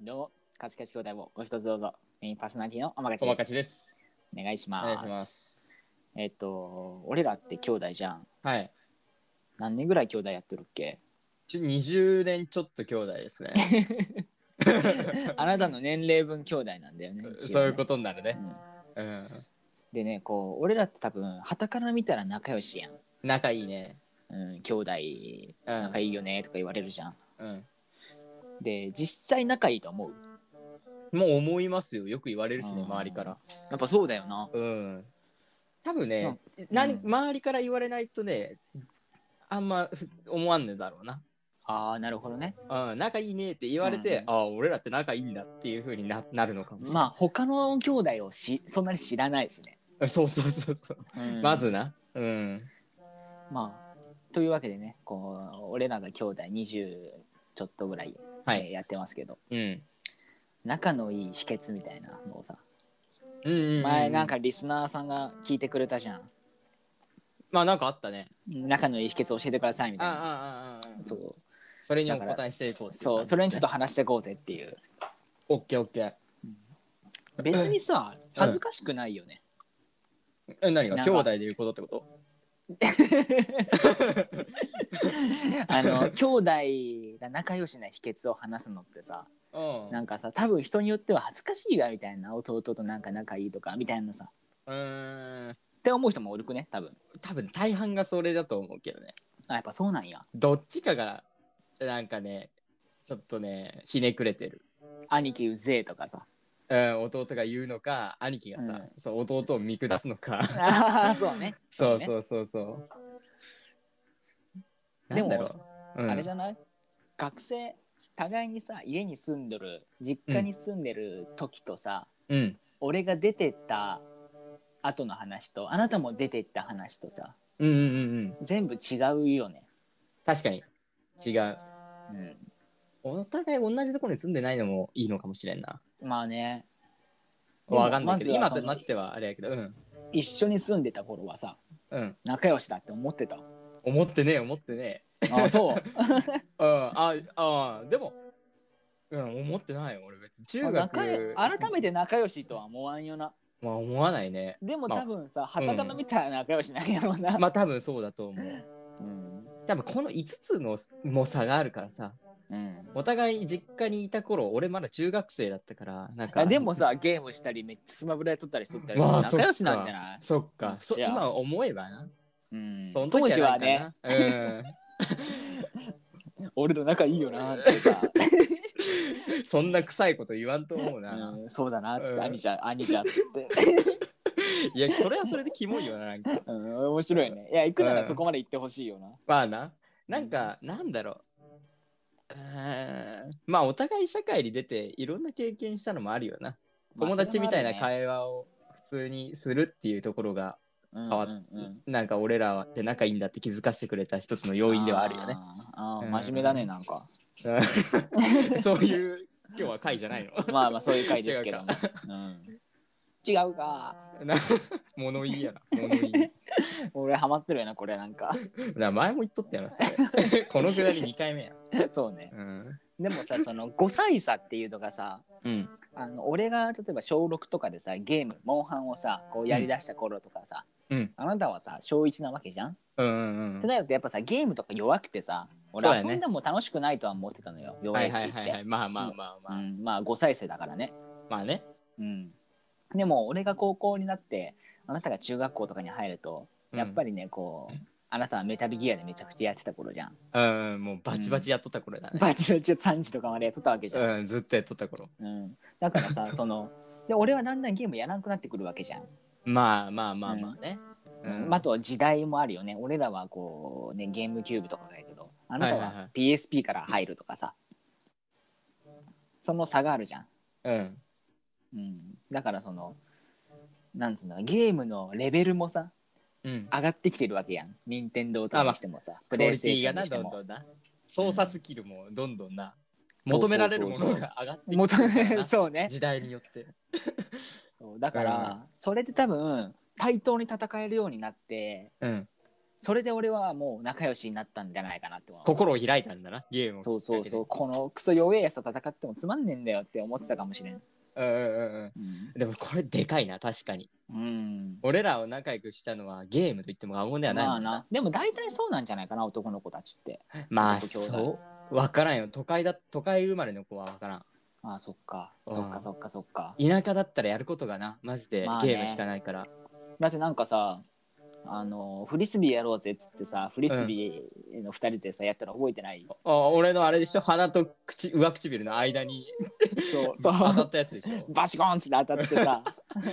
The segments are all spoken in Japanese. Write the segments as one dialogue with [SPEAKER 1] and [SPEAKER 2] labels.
[SPEAKER 1] どうも、カチカチ兄弟もご一つどうぞ。メインパーソナリティの天
[SPEAKER 2] お
[SPEAKER 1] 勝
[SPEAKER 2] ま
[SPEAKER 1] で
[SPEAKER 2] か
[SPEAKER 1] す。
[SPEAKER 2] ちです。
[SPEAKER 1] お願いし
[SPEAKER 2] お
[SPEAKER 1] ます。
[SPEAKER 2] 願いします。
[SPEAKER 1] えっと、俺らって兄弟じゃん。
[SPEAKER 2] はい。
[SPEAKER 1] 何年ぐらい兄弟やってるっ け
[SPEAKER 2] ちょ20年ちょっと兄弟です ね。
[SPEAKER 1] あなたの年齢分兄弟なんだよね。、
[SPEAKER 2] そういうこととになる
[SPEAKER 1] う
[SPEAKER 2] ね。
[SPEAKER 1] ん
[SPEAKER 2] うん。
[SPEAKER 1] でね、こう、俺らって多分、旗から見たら仲良しやん。
[SPEAKER 2] 仲いいね。
[SPEAKER 1] うん、兄弟、
[SPEAKER 2] うん
[SPEAKER 1] 仲いいよねとか言われるじゃん。
[SPEAKER 2] うん。
[SPEAKER 1] で、実際仲いいと思う。
[SPEAKER 2] もう思いますよ。よく言われるしね、
[SPEAKER 1] うん
[SPEAKER 2] 周りから。
[SPEAKER 1] やっぱそうだよな。
[SPEAKER 2] うん。多分ね、
[SPEAKER 1] ん
[SPEAKER 2] な
[SPEAKER 1] うん
[SPEAKER 2] ん、周りから言われないとね、あんまふ思わんねだろうな。
[SPEAKER 1] ああ、なるほどね。
[SPEAKER 2] うん、仲いいねって言われて、
[SPEAKER 1] うん
[SPEAKER 2] ああ、俺らって仲いいんだっていうふうにななるのかもしれ
[SPEAKER 1] ま
[SPEAKER 2] ない。
[SPEAKER 1] あ、他の兄弟をしそんなに知らないしね。
[SPEAKER 2] そうそうそうそう。
[SPEAKER 1] うん
[SPEAKER 2] まずな。うん。
[SPEAKER 1] まあというわけでねこう俺らが兄弟20ちょっとぐらい、
[SPEAKER 2] は
[SPEAKER 1] えー
[SPEAKER 2] い。
[SPEAKER 1] やってますけど
[SPEAKER 2] うん。
[SPEAKER 1] 仲のいい秘訣みたいなのをさ
[SPEAKER 2] うんうんうん
[SPEAKER 1] 前なんかリスナーさんが聞いてくれたじゃん
[SPEAKER 2] まあなんかあったね。
[SPEAKER 1] 仲のいい秘訣教えてくださいみたいな
[SPEAKER 2] ああああああ
[SPEAKER 1] そ
[SPEAKER 2] そうそれにお答えしていこうってい
[SPEAKER 1] そうそれにちょっ
[SPEAKER 2] と
[SPEAKER 1] と話していこうぜっていう
[SPEAKER 2] オッケーオッケー
[SPEAKER 1] 別にさ恥ずかしくないよね、
[SPEAKER 2] え何が
[SPEAKER 1] なん
[SPEAKER 2] 兄
[SPEAKER 1] か
[SPEAKER 2] 弟でいうことってこと
[SPEAKER 1] あの兄弟が仲良しな秘訣を話すのってさ
[SPEAKER 2] うん
[SPEAKER 1] なんかさ多分人によっては恥ずかしいわみたいな弟となんか仲いいとかみたいなさ
[SPEAKER 2] うーん
[SPEAKER 1] って思う人もおるくね多分
[SPEAKER 2] 多分大半がそれだと思うけどね
[SPEAKER 1] あやっぱそうなんや
[SPEAKER 2] どっちかがなんかねちょっとねひねくれてる、
[SPEAKER 1] 兄貴うぜえとかさ
[SPEAKER 2] うん、弟が言うのか兄貴がさ、そう弟を見下す のか
[SPEAKER 1] ああ そうね。
[SPEAKER 2] そう
[SPEAKER 1] ね
[SPEAKER 2] そうそうそう
[SPEAKER 1] でも
[SPEAKER 2] なんだろう、うん、
[SPEAKER 1] あれじゃない学生互いにさ家に住んでる実家に住んでる時とさ、
[SPEAKER 2] うん
[SPEAKER 1] 俺が出てった後の話とあなたも出てった話とさ
[SPEAKER 2] うんうんうんうん
[SPEAKER 1] 全部違うよね。
[SPEAKER 2] 確かに違う
[SPEAKER 1] うん、
[SPEAKER 2] お互い同じところに住んでないのもいいのかもしれんな
[SPEAKER 1] まあね
[SPEAKER 2] わかんないけど、
[SPEAKER 1] ま
[SPEAKER 2] 今
[SPEAKER 1] ずは
[SPEAKER 2] と
[SPEAKER 1] その
[SPEAKER 2] なってはあれやけど、うん。
[SPEAKER 1] 一緒に住んでた頃はさ
[SPEAKER 2] うん。
[SPEAKER 1] 仲良しだって思ってた。
[SPEAKER 2] 思ってねえ、思ってね
[SPEAKER 1] ああ そう。
[SPEAKER 2] え。うん。あ、あ、でも、うん、思ってないよ、俺別に。中学
[SPEAKER 1] 仲よ改めて仲良しとは思わんよな。
[SPEAKER 2] まあ思わないね。
[SPEAKER 1] でも
[SPEAKER 2] まあ
[SPEAKER 1] 多分さ旗から見たら仲良しなんやろうな。
[SPEAKER 2] まあ多分そうだと思う。
[SPEAKER 1] うん
[SPEAKER 2] 多分この5つのも差があるからさ、
[SPEAKER 1] うん
[SPEAKER 2] お互い実家にいた頃、俺まだ中学生だったから、なんか。
[SPEAKER 1] あでもさゲームしたりめっちゃスマブラやっとったりしとったり、
[SPEAKER 2] まあ
[SPEAKER 1] 仲良しなんじゃない
[SPEAKER 2] そっか、
[SPEAKER 1] い
[SPEAKER 2] そ
[SPEAKER 1] や
[SPEAKER 2] 今思えばな。
[SPEAKER 1] うん
[SPEAKER 2] その
[SPEAKER 1] 当
[SPEAKER 2] 時
[SPEAKER 1] 時は
[SPEAKER 2] はない
[SPEAKER 1] ね
[SPEAKER 2] かな。
[SPEAKER 1] 俺と仲いいよなってさ、
[SPEAKER 2] うん。そんな臭いこと言わんと思うな。
[SPEAKER 1] うんそうだなっつって、
[SPEAKER 2] うん
[SPEAKER 1] 兄じゃ兄じゃっつって、
[SPEAKER 2] いや、それはそれでキモいよな、なんか。
[SPEAKER 1] うん、面白いねいや行くな
[SPEAKER 2] う
[SPEAKER 1] ら
[SPEAKER 2] ん
[SPEAKER 1] そこまで行ってほしいよな、
[SPEAKER 2] まあな。なんか、なんだろう。うーんまあ、お互い社会に出ていろんな経験したのもあるよな。
[SPEAKER 1] まあ
[SPEAKER 2] 友達みた
[SPEAKER 1] そ
[SPEAKER 2] いな
[SPEAKER 1] れもあるね
[SPEAKER 2] 会話を普通にするっていうところが、
[SPEAKER 1] うん
[SPEAKER 2] 変わっ
[SPEAKER 1] うんうん
[SPEAKER 2] なんか俺らって仲いいんだって気づかせてくれた一つの要因ではあるよね。
[SPEAKER 1] あーあー
[SPEAKER 2] うん
[SPEAKER 1] 真面目だねなん か
[SPEAKER 2] そういう、今日は会じゃないの。
[SPEAKER 1] まあまあそういう回ですけどもうん違うか
[SPEAKER 2] な物言いやな。物言い。
[SPEAKER 1] 俺ハマってるよなこれなん か
[SPEAKER 2] な前も言っとったよな、それこのくだり2回目や。
[SPEAKER 1] そうね
[SPEAKER 2] うん。
[SPEAKER 1] でもさその5歳差っていうのがさ
[SPEAKER 2] うん。
[SPEAKER 1] あの俺が例えば小6とかでさゲームモンハンをさこうやりだした頃とかさ、
[SPEAKER 2] うん。
[SPEAKER 1] あなたはさ小1なわけじゃん、
[SPEAKER 2] うんうん
[SPEAKER 1] っ
[SPEAKER 2] う
[SPEAKER 1] て
[SPEAKER 2] ん。
[SPEAKER 1] なるとやっぱさゲームとか弱くてさ俺
[SPEAKER 2] そうだね
[SPEAKER 1] 遊んでも楽しくないとは思ってたのよ弱
[SPEAKER 2] はい
[SPEAKER 1] いし
[SPEAKER 2] は
[SPEAKER 1] っ
[SPEAKER 2] い
[SPEAKER 1] て、
[SPEAKER 2] はいはい。まあまあまあまあ。
[SPEAKER 1] うん、まあ5歳生だからね
[SPEAKER 2] まあね。
[SPEAKER 1] うんでも俺が高校になってあなたが中学校とかに入るとやっぱりね、こうあなたはメタルギアでめちゃくちゃやってた頃じゃん
[SPEAKER 2] うん、もうバチバチやっとった頃だね。
[SPEAKER 1] バチバチ3時とかまでやっとったわけじゃん、
[SPEAKER 2] うん、ずっとやっとった頃。
[SPEAKER 1] うん、だからさそので俺はだんだんゲームやらなくなってくるわけじゃん
[SPEAKER 2] まあまあまあまあね。
[SPEAKER 1] うんあと時代もあるよね俺らはこうねゲームキューブとかだけどあなた
[SPEAKER 2] はいはいは
[SPEAKER 1] は PSP から入るとかさ、その差があるじゃん、
[SPEAKER 2] うん。
[SPEAKER 1] うん、だからそのなんつうのゲームのレベルもさ
[SPEAKER 2] うん。
[SPEAKER 1] 上がってきてるわけやん任天堂とかにしてもさプ
[SPEAKER 2] クオ
[SPEAKER 1] レイ
[SPEAKER 2] リ
[SPEAKER 1] ステ
[SPEAKER 2] テ
[SPEAKER 1] ー
[SPEAKER 2] ィ
[SPEAKER 1] ショ
[SPEAKER 2] が
[SPEAKER 1] ンに
[SPEAKER 2] な、
[SPEAKER 1] して
[SPEAKER 2] どん
[SPEAKER 1] も
[SPEAKER 2] どんな。操作スキルもどんどんな。
[SPEAKER 1] そう
[SPEAKER 2] 求められるものが上がって
[SPEAKER 1] も
[SPEAKER 2] き
[SPEAKER 1] と
[SPEAKER 2] てるから な
[SPEAKER 1] そうね
[SPEAKER 2] 時代によって。
[SPEAKER 1] そうだから、それで多分対等に戦えるようになって
[SPEAKER 2] うん。
[SPEAKER 1] それで俺はもう仲良しになったんじゃないかなって思う
[SPEAKER 2] 心を開いたんだな、ゲームをきっ
[SPEAKER 1] そう
[SPEAKER 2] かけで。
[SPEAKER 1] そうそうこのクソ弱えやつと戦ってもつまんねえんだよって思ってたかもしれん
[SPEAKER 2] うんうんうんうん。
[SPEAKER 1] うん、
[SPEAKER 2] でもこれでかいな、確かに。
[SPEAKER 1] うん、
[SPEAKER 2] 俺らを仲良くしたのはゲームと言っても過言ではない
[SPEAKER 1] ま
[SPEAKER 2] も
[SPEAKER 1] あ
[SPEAKER 2] んな。
[SPEAKER 1] なでも大体そうなんじゃないかな男の子たちって
[SPEAKER 2] まあ、
[SPEAKER 1] 男兄弟
[SPEAKER 2] そう。わからんよ。都会だ、都会生まれの子はわからん。
[SPEAKER 1] ああそっか
[SPEAKER 2] うん
[SPEAKER 1] そっかそっかそっか
[SPEAKER 2] 田舎だったらやることがな、マジで
[SPEAKER 1] まあね
[SPEAKER 2] ゲームしかないから。
[SPEAKER 1] だってなんかさあのフリスビーやろうぜっつってさフリスビーの2人でさやったら覚えてない、
[SPEAKER 2] あ俺のあれでしょ鼻と口上唇の間に
[SPEAKER 1] そう
[SPEAKER 2] 当た
[SPEAKER 1] そう
[SPEAKER 2] ったやつでしょ
[SPEAKER 1] バシコーンっつって当た ってさ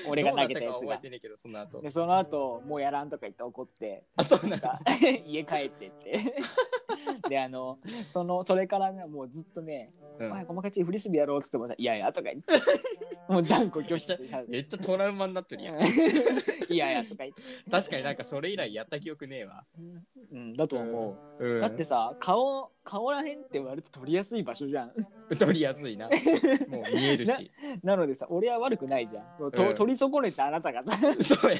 [SPEAKER 1] 俺が投げたや
[SPEAKER 2] ど
[SPEAKER 1] つ
[SPEAKER 2] う
[SPEAKER 1] が
[SPEAKER 2] なったか覚えてねえけどその後
[SPEAKER 1] でその後もうやらんとか言って怒って
[SPEAKER 2] あそうな
[SPEAKER 1] なんん
[SPEAKER 2] だ
[SPEAKER 1] か家帰ってって であのそのそれからねもうずっとね「
[SPEAKER 2] う
[SPEAKER 1] お前
[SPEAKER 2] ん
[SPEAKER 1] ごまかちフリスビーやろう」っつってもさ「いやいや」とか言って もう断固拒否する
[SPEAKER 2] めっちゃトラウマになってるやん
[SPEAKER 1] うんいやいやとか言って、
[SPEAKER 2] 確かになんかそれ以来やった記憶ねえわ
[SPEAKER 1] うん、だと思
[SPEAKER 2] う
[SPEAKER 1] う、
[SPEAKER 2] ん
[SPEAKER 1] だってさ顔顔らへんって割と取りやすい場所じゃん
[SPEAKER 2] 取りやすいなもう見えるし
[SPEAKER 1] なのでさ俺は悪くないじゃんと、
[SPEAKER 2] うん
[SPEAKER 1] 取り損ねたあなたがさ
[SPEAKER 2] そうや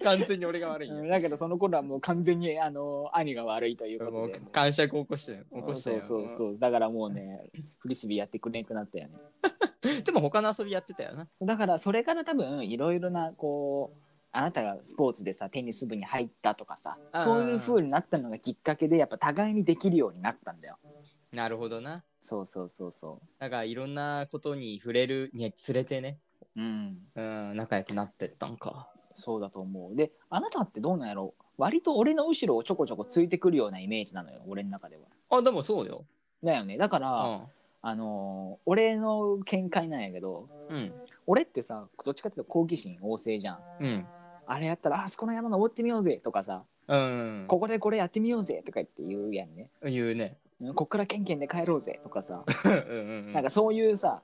[SPEAKER 2] な完全に俺が悪い
[SPEAKER 1] うん
[SPEAKER 2] よ
[SPEAKER 1] だけどその頃はもう完全にあの兄が悪いというこ
[SPEAKER 2] も
[SPEAKER 1] と
[SPEAKER 2] う
[SPEAKER 1] で
[SPEAKER 2] 感触起こして起こした
[SPEAKER 1] そ
[SPEAKER 2] よ
[SPEAKER 1] うそうそうだからもうねフリスビーやってくれなくなったよね
[SPEAKER 2] でも他の遊びやってたよな
[SPEAKER 1] だからそれから多分いろいろなこうあなたがスポーツでさテニス部に入ったとかさ
[SPEAKER 2] あー
[SPEAKER 1] そういう風になったのがきっかけでやっぱ互いにできるようになったんだよ
[SPEAKER 2] なるほどな
[SPEAKER 1] そうそうそうそ
[SPEAKER 2] なんかいろんなことに触れるにつれてね
[SPEAKER 1] ううん
[SPEAKER 2] うん仲良くなってったんか
[SPEAKER 1] そうだと思うであなたってどうなんやろ割と俺の後ろをちょこちょこついてくるようなイメージなのよ俺の中では
[SPEAKER 2] あでもそうよ
[SPEAKER 1] だよねだから、
[SPEAKER 2] う
[SPEAKER 1] あのー俺の見解なんやけど
[SPEAKER 2] んうん
[SPEAKER 1] 俺ってさどっちかっていうと好奇心旺盛じゃん
[SPEAKER 2] うん
[SPEAKER 1] あれやったらあそこの山登ってみようぜとかさ
[SPEAKER 2] うん
[SPEAKER 1] ここでこれやってみようぜとか言って言うやんね
[SPEAKER 2] 言うね
[SPEAKER 1] うんこっからケンケンで帰ろうぜとかさ、
[SPEAKER 2] うんうん
[SPEAKER 1] なんかそういうさ、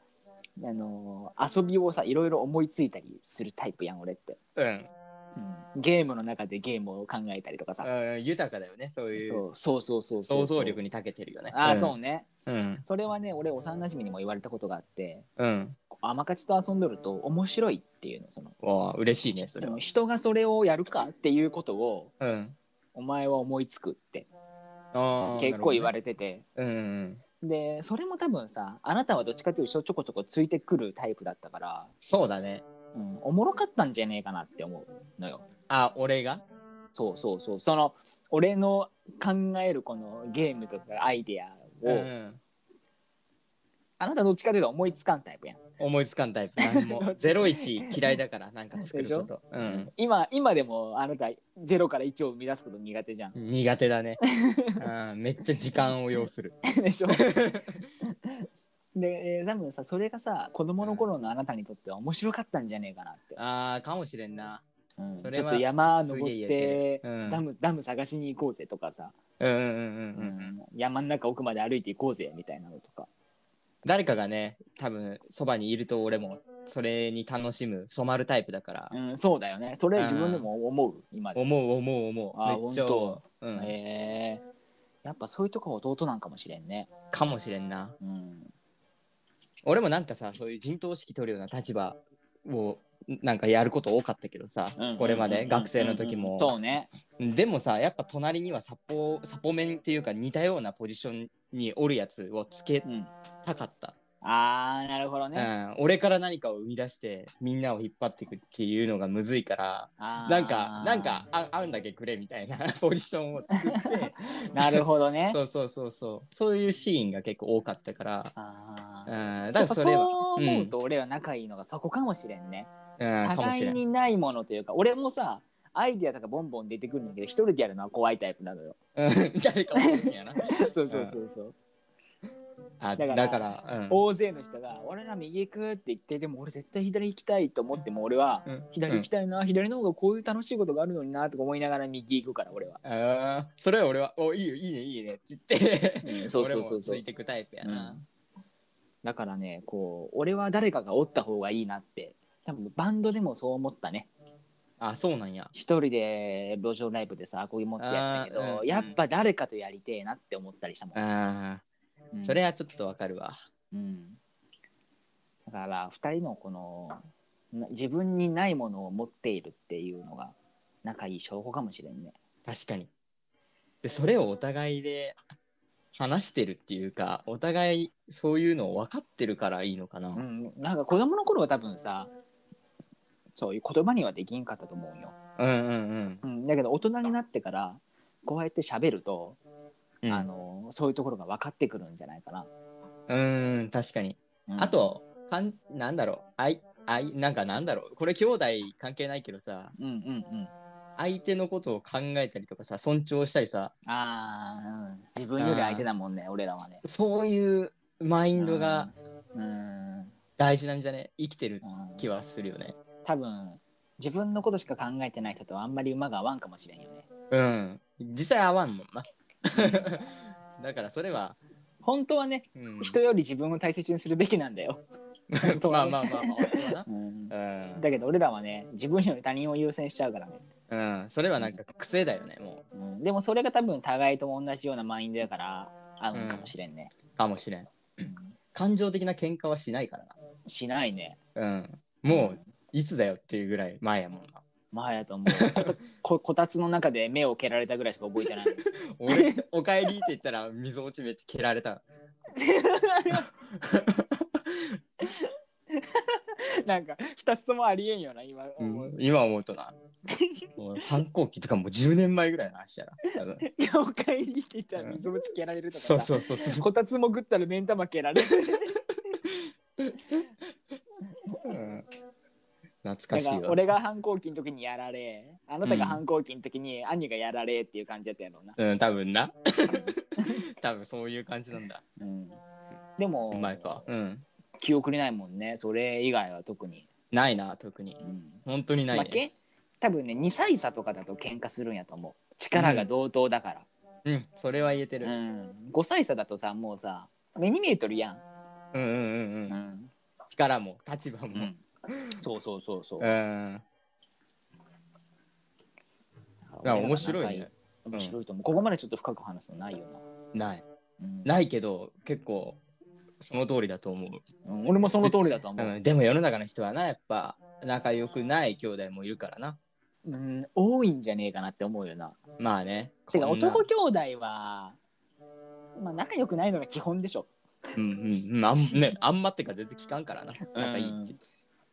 [SPEAKER 1] あのー遊びをさいろいろ思いついたりするタイプやん俺って、
[SPEAKER 2] うん
[SPEAKER 1] うんゲームの中でゲームを考えたりとかさ、
[SPEAKER 2] うん豊かだよねそういう
[SPEAKER 1] そうそうそうそうそう
[SPEAKER 2] 想像力に長けてるよね
[SPEAKER 1] ああそう
[SPEAKER 2] う
[SPEAKER 1] ね、
[SPEAKER 2] うん
[SPEAKER 1] それはね俺幼馴染にも言われたことがあって
[SPEAKER 2] うん
[SPEAKER 1] アマカチと遊んどると面白いっていうのその
[SPEAKER 2] わあ嬉しいねそれは
[SPEAKER 1] 人がそれをやるかっていうことを
[SPEAKER 2] うん
[SPEAKER 1] お前は思いつくって
[SPEAKER 2] ああ
[SPEAKER 1] 結構言わ
[SPEAKER 2] れ
[SPEAKER 1] れてて、
[SPEAKER 2] うんうん
[SPEAKER 1] でそれも多分さあなたはどっちかというとちょこちょこついてくるタイプだったから、
[SPEAKER 2] そうだね
[SPEAKER 1] うん、おもろかったんじゃねえかなって思うのよ
[SPEAKER 2] あ俺が
[SPEAKER 1] そうそうそうその俺の考えるこのゲームとかアイデアを、
[SPEAKER 2] うん
[SPEAKER 1] あなたどっちかというと思いつかんタイプやん
[SPEAKER 2] 思いつかん タイプ何も
[SPEAKER 1] どっち
[SPEAKER 2] 01嫌いだからなんか作ることうん
[SPEAKER 1] 今今でもあなた0から1を生み出すこと苦手じ ゃん。
[SPEAKER 2] 苦 手だねうんめっちゃ時間を要する
[SPEAKER 1] でしょでえー多分さそれがさ子供の頃のあなたにとっては面白かったんじゃねえかなって、
[SPEAKER 2] ああかもしれんな
[SPEAKER 1] うん
[SPEAKER 2] そ
[SPEAKER 1] ちょ
[SPEAKER 2] れ
[SPEAKER 1] っ
[SPEAKER 2] は
[SPEAKER 1] と山登って
[SPEAKER 2] すげえ言えてるうん
[SPEAKER 1] ダムダム探しに行こうぜとかさ、
[SPEAKER 2] うんうんうんうんうん
[SPEAKER 1] 山の中奥まで歩いて行こうぜみたいなのとか
[SPEAKER 2] 誰かがね多分そばにいると俺もそれに楽しむ染まるタイプだから、
[SPEAKER 1] うんそうだよねそれ自分でも思う今で
[SPEAKER 2] 思う思う思
[SPEAKER 1] あ
[SPEAKER 2] うめっちゃ思
[SPEAKER 1] 本
[SPEAKER 2] う、うん
[SPEAKER 1] へえやっぱそういうとこは弟なんかもしれんね
[SPEAKER 2] かもしれんな
[SPEAKER 1] うん
[SPEAKER 2] 俺もなんかさそういう陣頭指揮取るような立場をなんかやること多かったけどさ、これまで学生の時
[SPEAKER 1] うんうんう
[SPEAKER 2] も
[SPEAKER 1] ん、そうね
[SPEAKER 2] でもさやっぱ隣にはサポサポメンっていうか似たようなポジションにおるやつをつけ
[SPEAKER 1] うん
[SPEAKER 2] たかった、
[SPEAKER 1] あーなるほど
[SPEAKER 2] う
[SPEAKER 1] ね、
[SPEAKER 2] ん、俺から何かを生み出してみんなを引っ張っていくっていうのがむずいから
[SPEAKER 1] あー
[SPEAKER 2] なんか、なんか、あ、あんだけくれみたいな ポジションを 作って。
[SPEAKER 1] なるほどね。
[SPEAKER 2] そうそうそうそう、そういうシーンが結構多かったから。
[SPEAKER 1] あ
[SPEAKER 2] う
[SPEAKER 1] ー
[SPEAKER 2] ん、だか
[SPEAKER 1] そ
[SPEAKER 2] ら
[SPEAKER 1] う
[SPEAKER 2] そ
[SPEAKER 1] そ
[SPEAKER 2] れ
[SPEAKER 1] う
[SPEAKER 2] は。
[SPEAKER 1] 思うと俺ら仲いいのがそこかもしれんね。
[SPEAKER 2] うん、うん、かもし
[SPEAKER 1] 互
[SPEAKER 2] れ
[SPEAKER 1] い
[SPEAKER 2] ん。
[SPEAKER 1] にないものというか俺もさアイディアとかボンボン出てくるんだけど一人でやるのは怖いタイプなのよ。
[SPEAKER 2] うん、 誰かもしれんやな。
[SPEAKER 1] そうそうそうそう。
[SPEAKER 2] あ、
[SPEAKER 1] だから
[SPEAKER 2] だから、うん。
[SPEAKER 1] 大勢の人が「俺ら右行く」って言ってでも俺絶対左行きたいと思っても俺は
[SPEAKER 2] うん
[SPEAKER 1] 「左行きたいな、左の方がこういう楽しいことがあるのにな」とか思いながら右行くから俺は。
[SPEAKER 2] うんあーそれは俺は「おいいよいいねいいね」って言って、
[SPEAKER 1] うんそうそうそうそう
[SPEAKER 2] 俺もついてくタイプやな、
[SPEAKER 1] だからねこう俺は誰かがおった方がいいなって多分バンドでもそう思ったね。
[SPEAKER 2] あそうなんや
[SPEAKER 1] 一人で路上ライブでさアコギ持ってやってたけ
[SPEAKER 2] あー
[SPEAKER 1] ど、
[SPEAKER 2] うん
[SPEAKER 1] やっぱ誰かとやりてえなって思ったりしたもん、
[SPEAKER 2] あ
[SPEAKER 1] うん
[SPEAKER 2] ーそれはちょっとわかるわ
[SPEAKER 1] うん、だから2人のこのな自分にないものを持っているっていうのが仲いい証拠かもしれんね
[SPEAKER 2] 確かにでそれをお互いで話してるっていうかお互いそういうのを分かってるからいいのかな、
[SPEAKER 1] うん、なんか子供の頃は多分さそういう言葉にはできんかったと思うよ、
[SPEAKER 2] うんうん
[SPEAKER 1] うん、だけど大人になってからこうやって喋ると、
[SPEAKER 2] うん
[SPEAKER 1] あのそういうところが分かってくるんじゃないかな、
[SPEAKER 2] うん確かに
[SPEAKER 1] うん
[SPEAKER 2] あ、とかんなんだろうあいあいなんかなんだろうこれ兄弟関係ないけどさ
[SPEAKER 1] うんうんうん、
[SPEAKER 2] 相手のことを考えたりとかさ尊重したりさ
[SPEAKER 1] あー、うん、自分より相手だもんね俺らはね
[SPEAKER 2] そういうマインドが
[SPEAKER 1] うん、うん
[SPEAKER 2] 大事なんじゃね生きてる気はするよね
[SPEAKER 1] 多分自分のことしか考えてない人とあんまり馬が合わんかもしれんよね
[SPEAKER 2] うん実際合わんもんな だからそれは、
[SPEAKER 1] 本当はね
[SPEAKER 2] うん、
[SPEAKER 1] 人より自分を大切にするべきなんだよ、 本当
[SPEAKER 2] ま
[SPEAKER 1] は
[SPEAKER 2] あ
[SPEAKER 1] ね
[SPEAKER 2] まあまあまあ本当はな
[SPEAKER 1] うん、
[SPEAKER 2] うん
[SPEAKER 1] だけど俺らはね自分より他人を優先しちゃうからね、
[SPEAKER 2] うん、それはなんか癖だよね、も
[SPEAKER 1] うん、でもそれが多分互いとも同じようなマインドやから合う
[SPEAKER 2] うんん
[SPEAKER 1] かもしれんね、
[SPEAKER 2] う。かもしれん。
[SPEAKER 1] うん
[SPEAKER 2] 感情的な喧嘩はしないから
[SPEAKER 1] しないね
[SPEAKER 2] な。うん。もう、いつだよっていうぐらい前やもんな。
[SPEAKER 1] まあやと思う こたここたつの中で目を蹴られたぐらいしか覚えてない
[SPEAKER 2] 俺、おかえりって言ったら、溝落ちめっちゃ蹴られた。
[SPEAKER 1] なんか2つともありえんよな今、
[SPEAKER 2] うん今思うとな。もう反抗期とかもう10年前ぐらいの話やな。多分
[SPEAKER 1] いやおかえりって言ったら水ぶち蹴られるとかさ、
[SPEAKER 2] そうそうそうそ
[SPEAKER 1] こたつもぐったら目ん玉蹴られる
[SPEAKER 2] う。うん懐
[SPEAKER 1] な
[SPEAKER 2] か
[SPEAKER 1] ん
[SPEAKER 2] しい
[SPEAKER 1] か
[SPEAKER 2] わ。
[SPEAKER 1] 俺が反抗期の時にやられあなたが反抗期の時に兄がやられっていう感じだったやろうな、
[SPEAKER 2] うん、多 分な。多分そういう感じなんだ。
[SPEAKER 1] うん、でも
[SPEAKER 2] うまいか。うん。
[SPEAKER 1] 記憶にないもんねそれ以外は特に、
[SPEAKER 2] ないな、特に
[SPEAKER 1] う。ん
[SPEAKER 2] 本当にない
[SPEAKER 1] まあ
[SPEAKER 2] ね。
[SPEAKER 1] け多分ね2歳差とかだと喧嘩するんやと思う力が同等だから、
[SPEAKER 2] うん、それは言えて
[SPEAKER 1] う
[SPEAKER 2] る。
[SPEAKER 1] ん5歳差だとさもうさ目に見えとるやん、
[SPEAKER 2] うんうんうんうん。
[SPEAKER 1] ん
[SPEAKER 2] 力も立場
[SPEAKER 1] う
[SPEAKER 2] も。
[SPEAKER 1] ん、そうそうそうそう、
[SPEAKER 2] うん。あ面白いね。ん
[SPEAKER 1] 面白いと思う、ここまでちょっと深く話すのないよ
[SPEAKER 2] ない。
[SPEAKER 1] な,、うん、
[SPEAKER 2] ないけど、結構、その通りだと思う。
[SPEAKER 1] うん俺もその通りだと思う、
[SPEAKER 2] うん、でも世の中の人はな、やっぱ、仲良くない兄弟もいるからな。
[SPEAKER 1] うん多いんじゃねえかなって思うよな
[SPEAKER 2] まあね。
[SPEAKER 1] てか
[SPEAKER 2] こんな
[SPEAKER 1] 男兄弟はまあ仲良くないのが基本でしょ
[SPEAKER 2] うんうんうん。あん,、ね、あんまってか全然聞かんからな。仲いいって。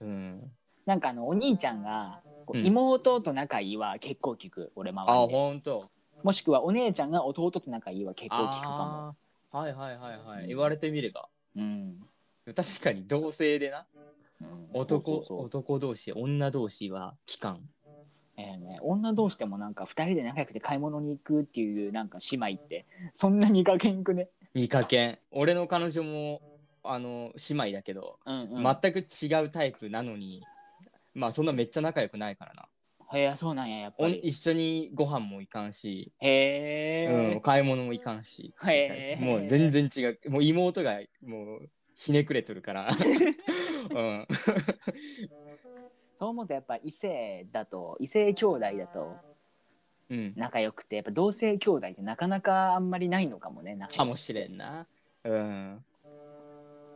[SPEAKER 2] うん。
[SPEAKER 1] なんかあのお兄ちゃんがこう
[SPEAKER 2] うん
[SPEAKER 1] 妹と仲いいは結構聞く俺
[SPEAKER 2] あ、
[SPEAKER 1] 周りで
[SPEAKER 2] ほんと。
[SPEAKER 1] もしくはお姉ちゃんが弟と仲いいは結構聞くか
[SPEAKER 2] あーはいはいはいは
[SPEAKER 1] うん
[SPEAKER 2] い。言われてみれば。
[SPEAKER 1] も、うん
[SPEAKER 2] 確かに同性でな。
[SPEAKER 1] うん
[SPEAKER 2] 男、
[SPEAKER 1] そうそうそう
[SPEAKER 2] 男同士、女同士は聞かん。
[SPEAKER 1] ええね、女同士でもなんか2人で仲良くて買い物に行くっていうなんか姉妹ってそんな見かけんくね、
[SPEAKER 2] 見かけん俺の彼女もあの姉妹だけど、
[SPEAKER 1] うんうん、
[SPEAKER 2] 全く違うタイプなのにまあそんなめっちゃ仲良くないからな
[SPEAKER 1] へえそうなんややっ
[SPEAKER 2] お
[SPEAKER 1] ぱ
[SPEAKER 2] ん
[SPEAKER 1] り
[SPEAKER 2] 一緒にご飯も行かんし、
[SPEAKER 1] へ
[SPEAKER 2] うん、
[SPEAKER 1] え、
[SPEAKER 2] 買い物も行かんし、
[SPEAKER 1] へー
[SPEAKER 2] もう全然違うもう妹がもうひねくれと るから、うん、
[SPEAKER 1] そう思うとやっぱ異性だと異性兄弟だと
[SPEAKER 2] うん、
[SPEAKER 1] 仲良くてやっぱ同性兄弟ってなかなかあんまりないのかもね仲良くて
[SPEAKER 2] かもしれんな、うん、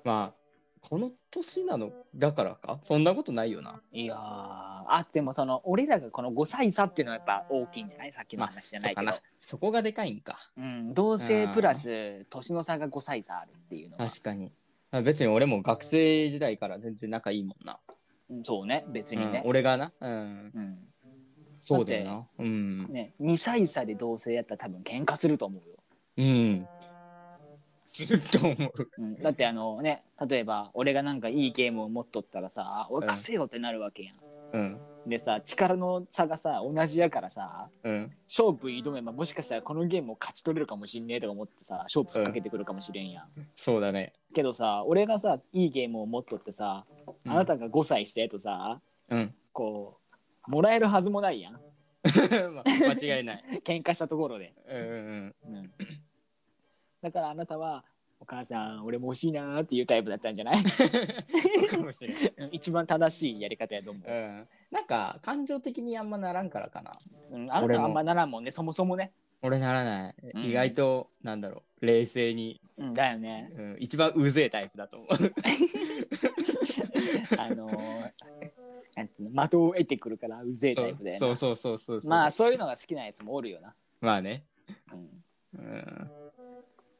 [SPEAKER 2] まあこの年なのだからかそんなことないよない
[SPEAKER 1] やーあってもその俺らがこの5歳差っていうのはやっぱ大きいんじゃないさっきの話じゃないけど、
[SPEAKER 2] まあそうかなそこがでかいんか
[SPEAKER 1] うん、同性プラス年の差が5歳差あるっていうのは、
[SPEAKER 2] 確かにあ別に俺も学生時代から全然仲いいもんな、
[SPEAKER 1] うんそうね別
[SPEAKER 2] う
[SPEAKER 1] に
[SPEAKER 2] ん
[SPEAKER 1] ね、、
[SPEAKER 2] 俺がなうん
[SPEAKER 1] うん
[SPEAKER 2] そうだよなうん、
[SPEAKER 1] ね2歳差で同性やったら多分喧嘩すると思うよ、
[SPEAKER 2] うん、すると思う
[SPEAKER 1] うん、だってあのね例えば俺がなんかいいゲームを持っとったらさ「おい貸せよ」ってなるわけやん、
[SPEAKER 2] うん
[SPEAKER 1] でさ力の差がさ同じやからさ
[SPEAKER 2] うん
[SPEAKER 1] 勝負挑めばもしかしたらこのゲームを勝ち取れるかもしんねえとか思ってさ勝負ふっかけてくるかもしれんやん、
[SPEAKER 2] そうだね
[SPEAKER 1] けどさ俺がさいいゲームを持っとってさ
[SPEAKER 2] うん
[SPEAKER 1] あなたが5歳してとさ、
[SPEAKER 2] うん
[SPEAKER 1] こうもらえるはずもないやん
[SPEAKER 2] まあ間違いない
[SPEAKER 1] 喧嘩したところで、
[SPEAKER 2] うんうん
[SPEAKER 1] うん、だからあなたは「お母さん俺も欲しいな」っていうタイプだったんじゃ ない
[SPEAKER 2] うんそうかもしれない、
[SPEAKER 1] うん一番正しいやり方やと思う、
[SPEAKER 2] うん、なんか感情的にあんまならんからかな
[SPEAKER 1] うん、あな
[SPEAKER 2] 俺
[SPEAKER 1] た
[SPEAKER 2] も
[SPEAKER 1] あんまならんもんねそもそもね、
[SPEAKER 2] 俺ならない、
[SPEAKER 1] うん
[SPEAKER 2] 意外となんだろう冷静に、
[SPEAKER 1] うん、だよね
[SPEAKER 2] うん、一番うぜえタイプだと思う
[SPEAKER 1] あの ーなんつうの的を得てくるからうぜえタイプで
[SPEAKER 2] そうそうそうそうそう
[SPEAKER 1] まあそういうのが好きなやつもおるよな、
[SPEAKER 2] まあね
[SPEAKER 1] うん
[SPEAKER 2] うん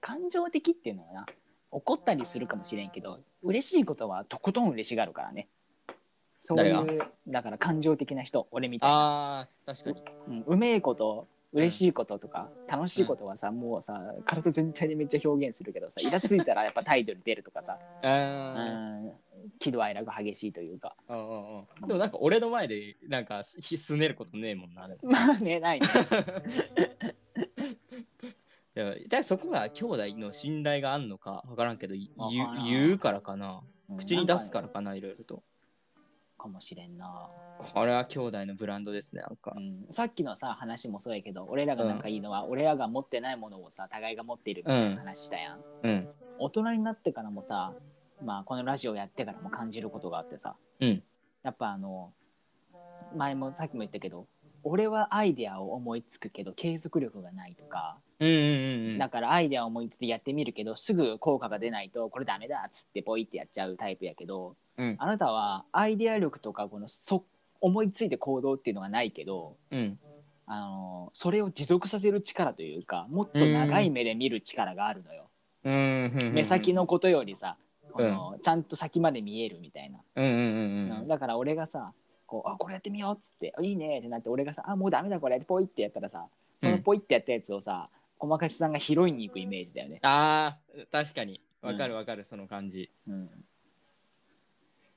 [SPEAKER 1] 感情的っていうのはな怒ったりするかもしれんけど嬉しいことはとことん嬉しがるからねそうい
[SPEAKER 2] 誰
[SPEAKER 1] うだから感情的な人俺みたいな、
[SPEAKER 2] あー確かに
[SPEAKER 1] うん、うめえこと嬉しいこととか、楽しいことはさ、もうさ体全体でめっちゃ表現するけどさイラついたらやっぱタイトル出るとかさ、う
[SPEAKER 2] あ
[SPEAKER 1] ん、喜怒哀楽激しいと いうか
[SPEAKER 2] ーうんうんうんでもなんか俺の前でなんかすすねることねえもんなでも
[SPEAKER 1] まあね ないね
[SPEAKER 2] でもだからそこが兄弟の信頼があんのか分からんけどい
[SPEAKER 1] わ
[SPEAKER 2] 言
[SPEAKER 1] からん
[SPEAKER 2] う言うからかな口に出すかららかないろいろと
[SPEAKER 1] かもしれんな、
[SPEAKER 2] これは兄弟のブランドですねなんか
[SPEAKER 1] うん、さっきのさ話もそうやけど俺らがなんかいいのは、俺らが持ってないものをさ互いが持っているみたいな話したやん、
[SPEAKER 2] うん
[SPEAKER 1] 大人になってからもさまあこのラジオやってからも感じることがあってさ、
[SPEAKER 2] うん
[SPEAKER 1] やっぱあの前もさっきも言ったけど俺はアイデアを思いつくけど継続力がないとか、
[SPEAKER 2] うんうんうんうん
[SPEAKER 1] だからアイデアを思いついてやってみるけどすぐ効果が出ないとこれダメだっつってポイってやっちゃうタイプやけど、
[SPEAKER 2] うん
[SPEAKER 1] あなたはアイデア力とかこのそ思いついて行動っていうのがないけど
[SPEAKER 2] うん
[SPEAKER 1] あのそれを持続させる力というかもっと長い目で見る力があるのよ。
[SPEAKER 2] うんうんうん
[SPEAKER 1] 目先のことよりさこの、ちゃんと先まで見えるみたいな、
[SPEAKER 2] うんうんうん
[SPEAKER 1] うん
[SPEAKER 2] うん
[SPEAKER 1] だから俺がさこうあこれやってみようっつってあいいねってなって俺がさあもうダメだこれってポイってやったらさそのポイってやったやつをさ、細かしさんが拾いに行くイメージだよね。
[SPEAKER 2] あー確かにわかるわかるその感じ
[SPEAKER 1] うん、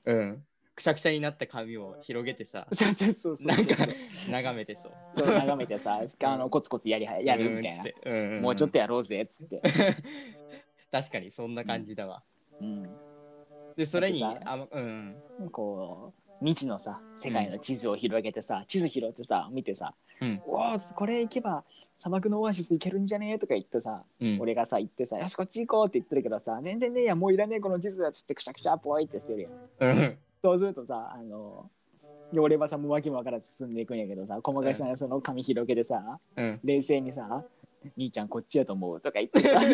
[SPEAKER 2] うんくしゃくしゃになった髪を広げてさ
[SPEAKER 1] そうそうそうそう。
[SPEAKER 2] なんか眺めてそう
[SPEAKER 1] そう眺めてさあのコツコツやりはやるみたいな、
[SPEAKER 2] な
[SPEAKER 1] もうちょっとやろうぜっつって。
[SPEAKER 2] 確かにそんな感じだわ
[SPEAKER 1] うん
[SPEAKER 2] でそれに
[SPEAKER 1] だってさ
[SPEAKER 2] あうん
[SPEAKER 1] こう未知のさ世界の地図を広げてさ、地図拾ってさ見てさ「
[SPEAKER 2] うん
[SPEAKER 1] おーこれ行けば砂漠のオアシス行けるんじゃねえ?」とか言ってさ、
[SPEAKER 2] うん
[SPEAKER 1] 俺がさ行ってさ「よしこっち行こう」って言ってるけどさ「全然ねえやもういらねえこの地図や」つってくしゃくしゃぽいって捨てるやん
[SPEAKER 2] うん
[SPEAKER 1] そうするとさあの俺はさもう訳も分からず進んでいくんやけどさ細かいさんがその紙広げてさ
[SPEAKER 2] うん
[SPEAKER 1] 冷静にさ「兄ちゃんこっちやと思う」とか言ってさ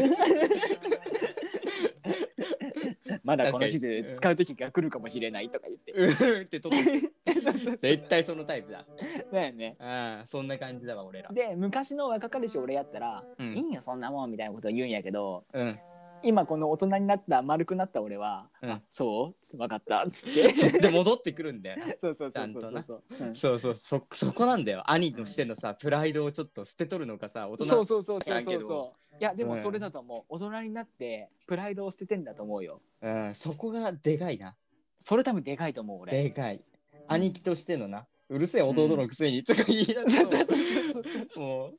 [SPEAKER 1] まだこの地図使う時が来るかもしれないとか言って。
[SPEAKER 2] うんってとっ と
[SPEAKER 1] そうそうそう
[SPEAKER 2] 絶対そのタイプだ
[SPEAKER 1] だよね。
[SPEAKER 2] ああそんな感じだわ俺ら
[SPEAKER 1] で昔の若かりし俺やったら「
[SPEAKER 2] うん
[SPEAKER 1] いいよそんなもん」みたいなことを言うんやけど
[SPEAKER 2] うん
[SPEAKER 1] 今この大人になった丸くなった俺は「
[SPEAKER 2] うん
[SPEAKER 1] あそう分かった」っつ って
[SPEAKER 2] で戻ってくるんだよな
[SPEAKER 1] そうそうそうそうそうそううん
[SPEAKER 2] そうそうそそこなんだよ兄としてのさプライドをちょっと捨て取るのかさ大人
[SPEAKER 1] そうそうそう
[SPEAKER 2] 知
[SPEAKER 1] そう
[SPEAKER 2] らん
[SPEAKER 1] そ
[SPEAKER 2] け
[SPEAKER 1] う
[SPEAKER 2] ど
[SPEAKER 1] そういやでも
[SPEAKER 2] うん
[SPEAKER 1] それだと思う、大人になってプライドを捨ててんだと思うよ
[SPEAKER 2] うん、そこがでかいな
[SPEAKER 1] それ多分でかいと思う俺
[SPEAKER 2] でかい兄貴としてのなうるせえ弟のくせにとか言い出
[SPEAKER 1] そうそう
[SPEAKER 2] す
[SPEAKER 1] そうそ
[SPEAKER 2] と
[SPEAKER 1] うそうそう
[SPEAKER 2] も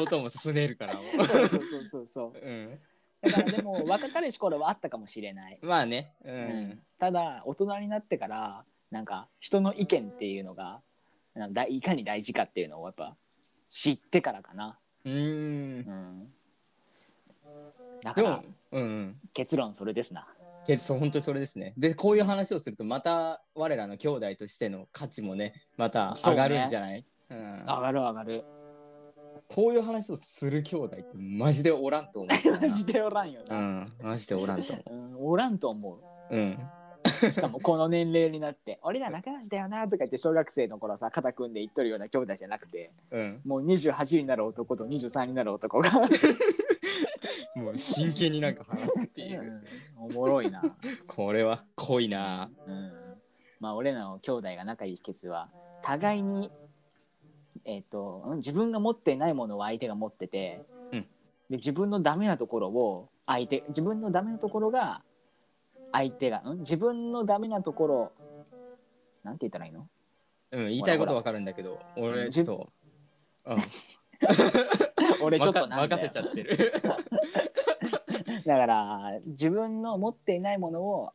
[SPEAKER 2] う弟もすねるからも
[SPEAKER 1] そうそうそうそうそう
[SPEAKER 2] う、うん、
[SPEAKER 1] だからでも若かりし頃はあったかもしれない
[SPEAKER 2] まあねう
[SPEAKER 1] うん
[SPEAKER 2] ん、
[SPEAKER 1] ただ大人になってからなんか人の意見っていうのがなんかだいかに大事かっていうのをやっぱ知ってからかな、
[SPEAKER 2] うーん
[SPEAKER 1] うん、だか
[SPEAKER 2] で
[SPEAKER 1] ら
[SPEAKER 2] もうんうん
[SPEAKER 1] 結論それですな
[SPEAKER 2] けどそう本当にそれですねでこういう話をするとまた我らの兄弟としての価値もねまた上がるんじゃないうん、
[SPEAKER 1] 上がる上がる
[SPEAKER 2] こういう話をする兄弟ってマジでおらんと思うから
[SPEAKER 1] マ
[SPEAKER 2] な
[SPEAKER 1] ジでおらんよ
[SPEAKER 2] う
[SPEAKER 1] な、
[SPEAKER 2] ん、マジでおらんと思
[SPEAKER 1] うんおらんと思う
[SPEAKER 2] う。うん。
[SPEAKER 1] しかもこの年齢になって 「俺ら仲良しだよな」とか言って小学生の頃さ肩組んで言っとるような兄弟じゃなくて
[SPEAKER 2] うん。
[SPEAKER 1] もう28になる男と23になる男が
[SPEAKER 2] もう真剣になんか話すっていう。
[SPEAKER 1] うんおもろいな。
[SPEAKER 2] これは濃いな。
[SPEAKER 1] うん、まあ俺らの兄弟が仲いい秘訣は互いに、えー、とうん自分が持ってないものを相手が持ってて、
[SPEAKER 2] うん
[SPEAKER 1] で自分のダメなところを相手自分のダメなところが相手が、うん、自分のダメなところなんて言ったらいい の
[SPEAKER 2] うん、言いたいことわかるんだけど、俺ちょっと。 うん、
[SPEAKER 1] 俺ちょっと
[SPEAKER 2] わか
[SPEAKER 1] なんだ
[SPEAKER 2] 任
[SPEAKER 1] よ
[SPEAKER 2] せちゃってる。
[SPEAKER 1] だから自分の持っていないものを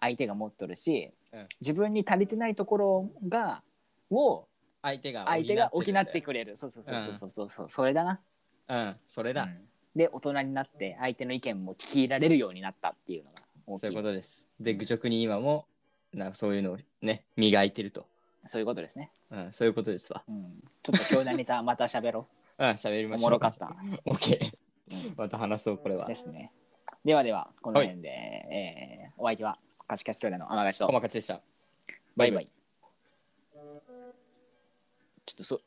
[SPEAKER 1] 相手が持っとるし、
[SPEAKER 2] うん
[SPEAKER 1] 自分に足りてないところがを
[SPEAKER 2] 相手が
[SPEAKER 1] 相手が補って
[SPEAKER 2] く。
[SPEAKER 1] くれるそうそうそうそうそうそう、それだな
[SPEAKER 2] うん、それだ。
[SPEAKER 1] で大人になって相手の意見も聞き入れられるようになったっていうのが大きい
[SPEAKER 2] そういうことです。で、愚直に今も、なんかそういうのをね、磨いてると。
[SPEAKER 1] そういうことですね、
[SPEAKER 2] うん、そういうことですわ。
[SPEAKER 1] うん、ちょっと兄弟ネタ また喋ろ
[SPEAKER 2] うん、喋り
[SPEAKER 1] う
[SPEAKER 2] ま
[SPEAKER 1] お
[SPEAKER 2] しょう。
[SPEAKER 1] もろかっ。た
[SPEAKER 2] オッケー。また話そう、これは
[SPEAKER 1] で。すねではではこの辺で、えーお相手はカシカシ兄弟の天菓子
[SPEAKER 2] お
[SPEAKER 1] と
[SPEAKER 2] まかちでした。
[SPEAKER 1] バイバイちょっとそ